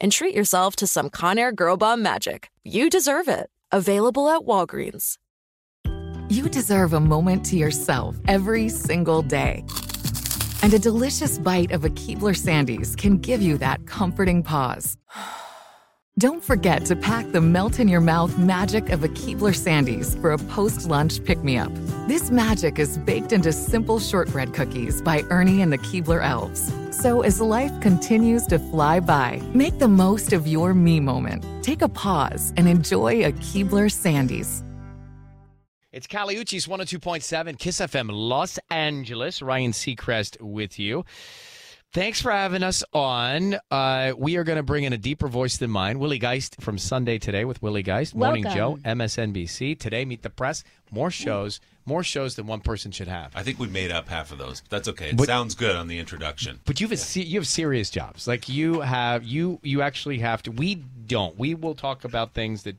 and treat yourself to some Conair Girl Bomb magic. You deserve it. Available at Walgreens. You deserve a moment to yourself every single day. And a delicious bite of a Keebler Sandies can give you that comforting pause. Don't forget to pack the melt in your mouth magic of a Keebler Sandies for a post lunch pick me up. This magic is baked into simple shortbread cookies by Ernie and the Keebler Elves. So as life continues to fly by, make the most of your me moment. Take a pause and enjoy a Keebler Sandies. It's Caliucci's 102.7 Kiss FM Los Angeles. Ryan Seacrest with you. Thanks for having us on. Uh, we are going to bring in a deeper voice than mine. Willie Geist from Sunday Today with Willie Geist. Morning Joe, Welcome. MSNBC. Today, Meet the Press. More shows, more shows than one person should have. I think we made up half of those. That's okay. It But- sounds good on the introduction. But you've a se- you have serious jobs. Like you have you you actually have to. We don't. We will talk about things that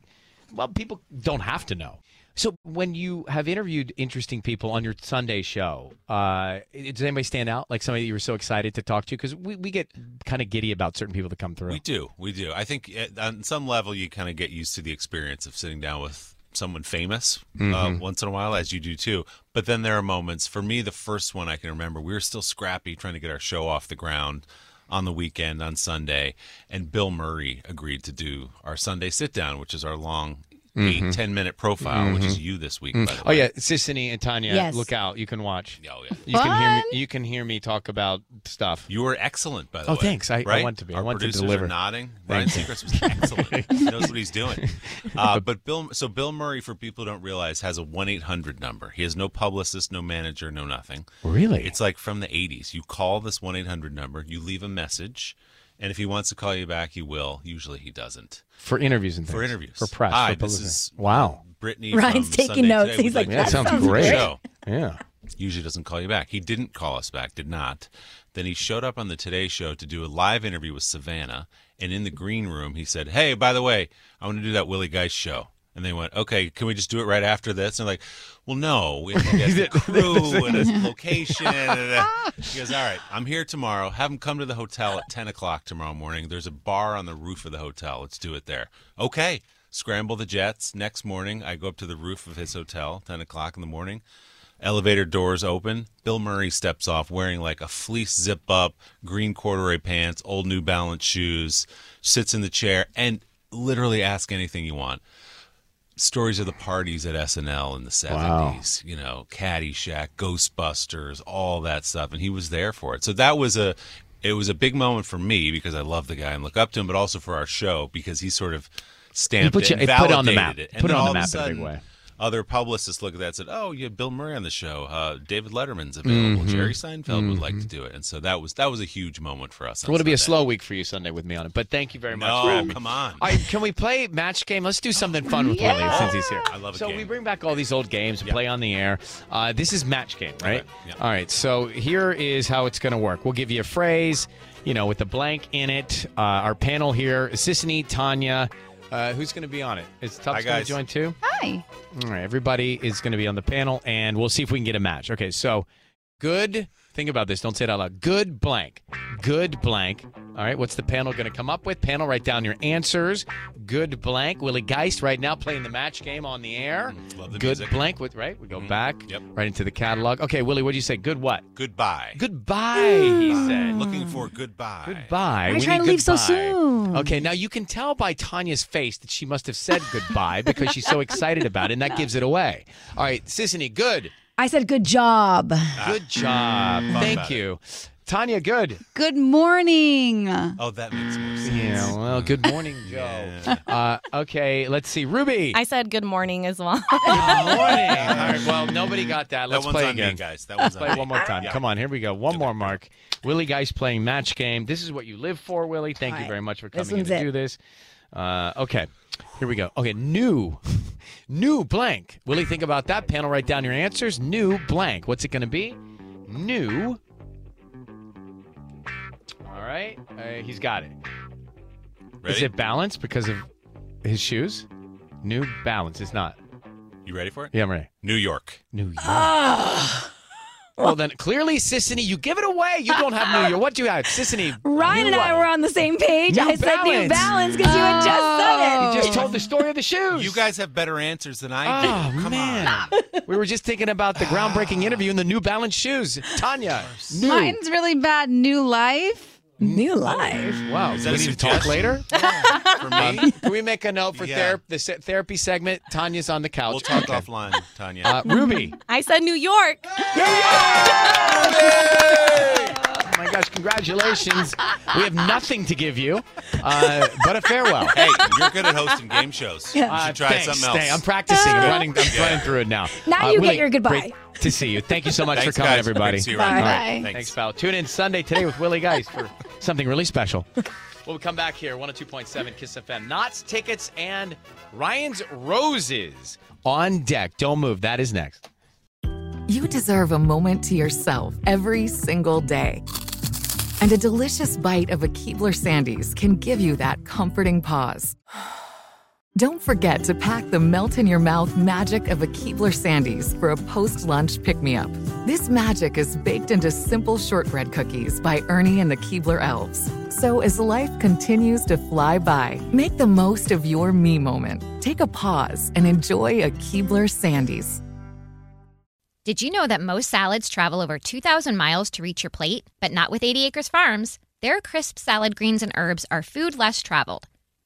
well people don't have to know. So when you have interviewed interesting people on your Sunday show, uh, does anybody stand out? Like somebody you were so excited to talk to? Because we, we get kind of giddy about certain people that come through. We do. We do. I think at, on some level, you kind of get used to the experience of sitting down with someone famous uh, Mm-hmm. once in a while, as you do too. But then there are moments. For me, the first one I can remember, we were still scrappy trying to get our show off the ground on the weekend on Sunday. And Bill Murray agreed to do our Sunday sit down, which is our long. Eight, 10 minute profile, which is you this week, by the Mm-hmm. Oh way. yeah, Sissany and Tanya, Yes. look out! You can watch. Oh, yeah. You can hear me. You can hear me talk about stuff. You were excellent, by the Oh, way. thanks. I- I right? want to be. I Our want to producers deliver. Are nodding. Ryan Thank Seacrest was excellent. he knows what he's doing. Uh, but Bill, so Bill Murray, for people who don't realize, has a one eight hundred number. He has no publicist, no manager, no nothing. Really? It's like from the 80s. You call this 1 800 number, you leave a message, and if he wants to call you back, he will. Usually he doesn't. for interviews and things. For interviews. For press. Hi, for this publicity. is wow. Brittany. Ryan's from taking Sunday notes. Today. We'd He's like, to Yeah, that talk sounds to you." great. Show Yeah. usually doesn't call you back. He didn't call us back, did not. Then he showed up on the Today Show to do a live interview with Savannah, and in the green room he said, "Hey, by the way, I want to do that Willie Geist show." And they went, "Okay, can we just do it right after this?" And they're like, "Well, no, we have to get the crew and a location." and a-" he goes, "All right, I'm here tomorrow. Have them come to the hotel at 10 o'clock tomorrow morning. There's a bar on the roof of the hotel. Let's do it there." Okay. Scramble the jets. Next morning, I go up to the roof of his hotel, 10 o'clock in the morning. Elevator doors open. Bill Murray steps off wearing like a fleece zip up, green corduroy pants, old New Balance shoes, sits in the chair and literally ask anything you want. Stories of the parties at SNL in the 70s, you know, Caddyshack, Ghostbusters, all that stuff. And he was there for it. So that was a. It was a big moment for me because I love the guy and look up to him, but also for our show because he sort of stamped put it, you- and it put on the validated map. it. Put then it on all the of map in a big sudden, way. other publicists look at that and said, "Oh, you have Bill Murray on the show. Uh, David Letterman's available. Mm-hmm. Jerry Seinfeld would like to do it." And so that was that was a huge moment for us. on Well, it'll be a Sunday. slow week for you Sunday with me on it, but thank you very much for No, having me. come on. All right, can we play match game? Let's do something fun with Willie since he's here. I love a So game. we bring back all these old games, we play on the air. Uh, this is match game, right? Okay, yeah. All right. So here is how it's going to work. We'll give you a phrase, you know, with a blank in it. Uh, our panel here: Sissany, Tanya, Uh, who's going to be on it? Is Tubbs going Hi, to guys. join too? Hi. All right, everybody is going to be on the panel, and we'll see if we can get a match. Okay, so good. Think about this. Don't say it out loud. Good blank. Good blank. All right, what's the panel going to come up with? Panel, write down your answers. Good blank. Willie Geist right now playing the match game on the air. Mm, Love the good music. Mm-hmm. blank with right. We go back. Yep. Right into the catalog. Okay, Willie, what do you say? Good what? Goodbye. Goodbye. He said. Looking for goodbye. Goodbye. Why are you We trying need to leave so goodbye. soon? Okay, now you can tell by Tanya's face that she must have said goodbye because she's so excited about it, and that gives it away. All right, Sissany, good. I said good job. Good job. Thank about you. Tanya, good. Good morning. Oh, that makes more sense. Yeah, well, good morning, Joe. Uh, okay, let's see. Ruby. I said good morning as well. Good morning. All right, well, nobody got that. That Let's one's play on again. me, guys. That one's Play on one me. more time. Yeah. Come on, here we go. One more mark. Willie Geist playing match game. This is what you live for, Willie. Thank you All right. very much for This coming in one's to it. do this. Uh, okay, here we go. Okay, new, new blank. Willie, think about that panel. Write down your answers. New blank. What's it going to be? New. All right, uh, he's got it. Is Ready? it balance because of his shoes? New balance. It's not. You ready for it? Yeah, I'm ready. New York. New York. Ah. well, then clearly, Sissany, you give it away. You don't have New York. What do you have? Sissany. Ryan and I were on the same page. New I said New Balance. Balance because you had just said it. You just told the story of the shoes. You guys have better answers than I do. Oh, Come man. on. we were just thinking about the groundbreaking interview in the New Balance shoes. Tanya. New. Mine's really bad. New life. New life. Wow. Is that we a need to talk suggestion? later? Yeah, for me, Um, can we make a note for Yeah. therap- the se- therapy segment? Tanya's on the couch. we'll talk Okay. offline, Tanya. Uh, Ruby. I said New York. Oh my gosh, congratulations. We have nothing to give you uh, but a farewell. hey, you're good at hosting game shows. You Uh, should try thanks, something else. thank- I'm practicing. I'm running, I'm running through it now. Uh, Now you get Willie, your goodbye. Great to see you. Thank you so much Thanks, for coming, guys. everybody. Great to see you Bye. around. All right, Bye. Thanks. Thanks, pal. Tune in Sunday today with Willie Geist for something really special. We'll be come back here, 102.7 Kiss FM. Knots, tickets, and Ryan's Roses on deck. Don't move. That is next. You deserve a moment to yourself every single day. And a delicious bite of a Keebler Sandies can give you that comforting pause. Don't forget to pack the melt in your mouth magic of a Keebler Sandies for a post lunch pick me up. This magic is baked into simple shortbread cookies by Ernie and the Keebler Elves. So as life continues to fly by, make the most of your me moment. Take a pause and enjoy a Keebler Sandies. Did you know that most salads travel over 2,000 miles to reach your plate, but not with 80 Acres Farms? Their crisp salad greens and herbs are food less traveled,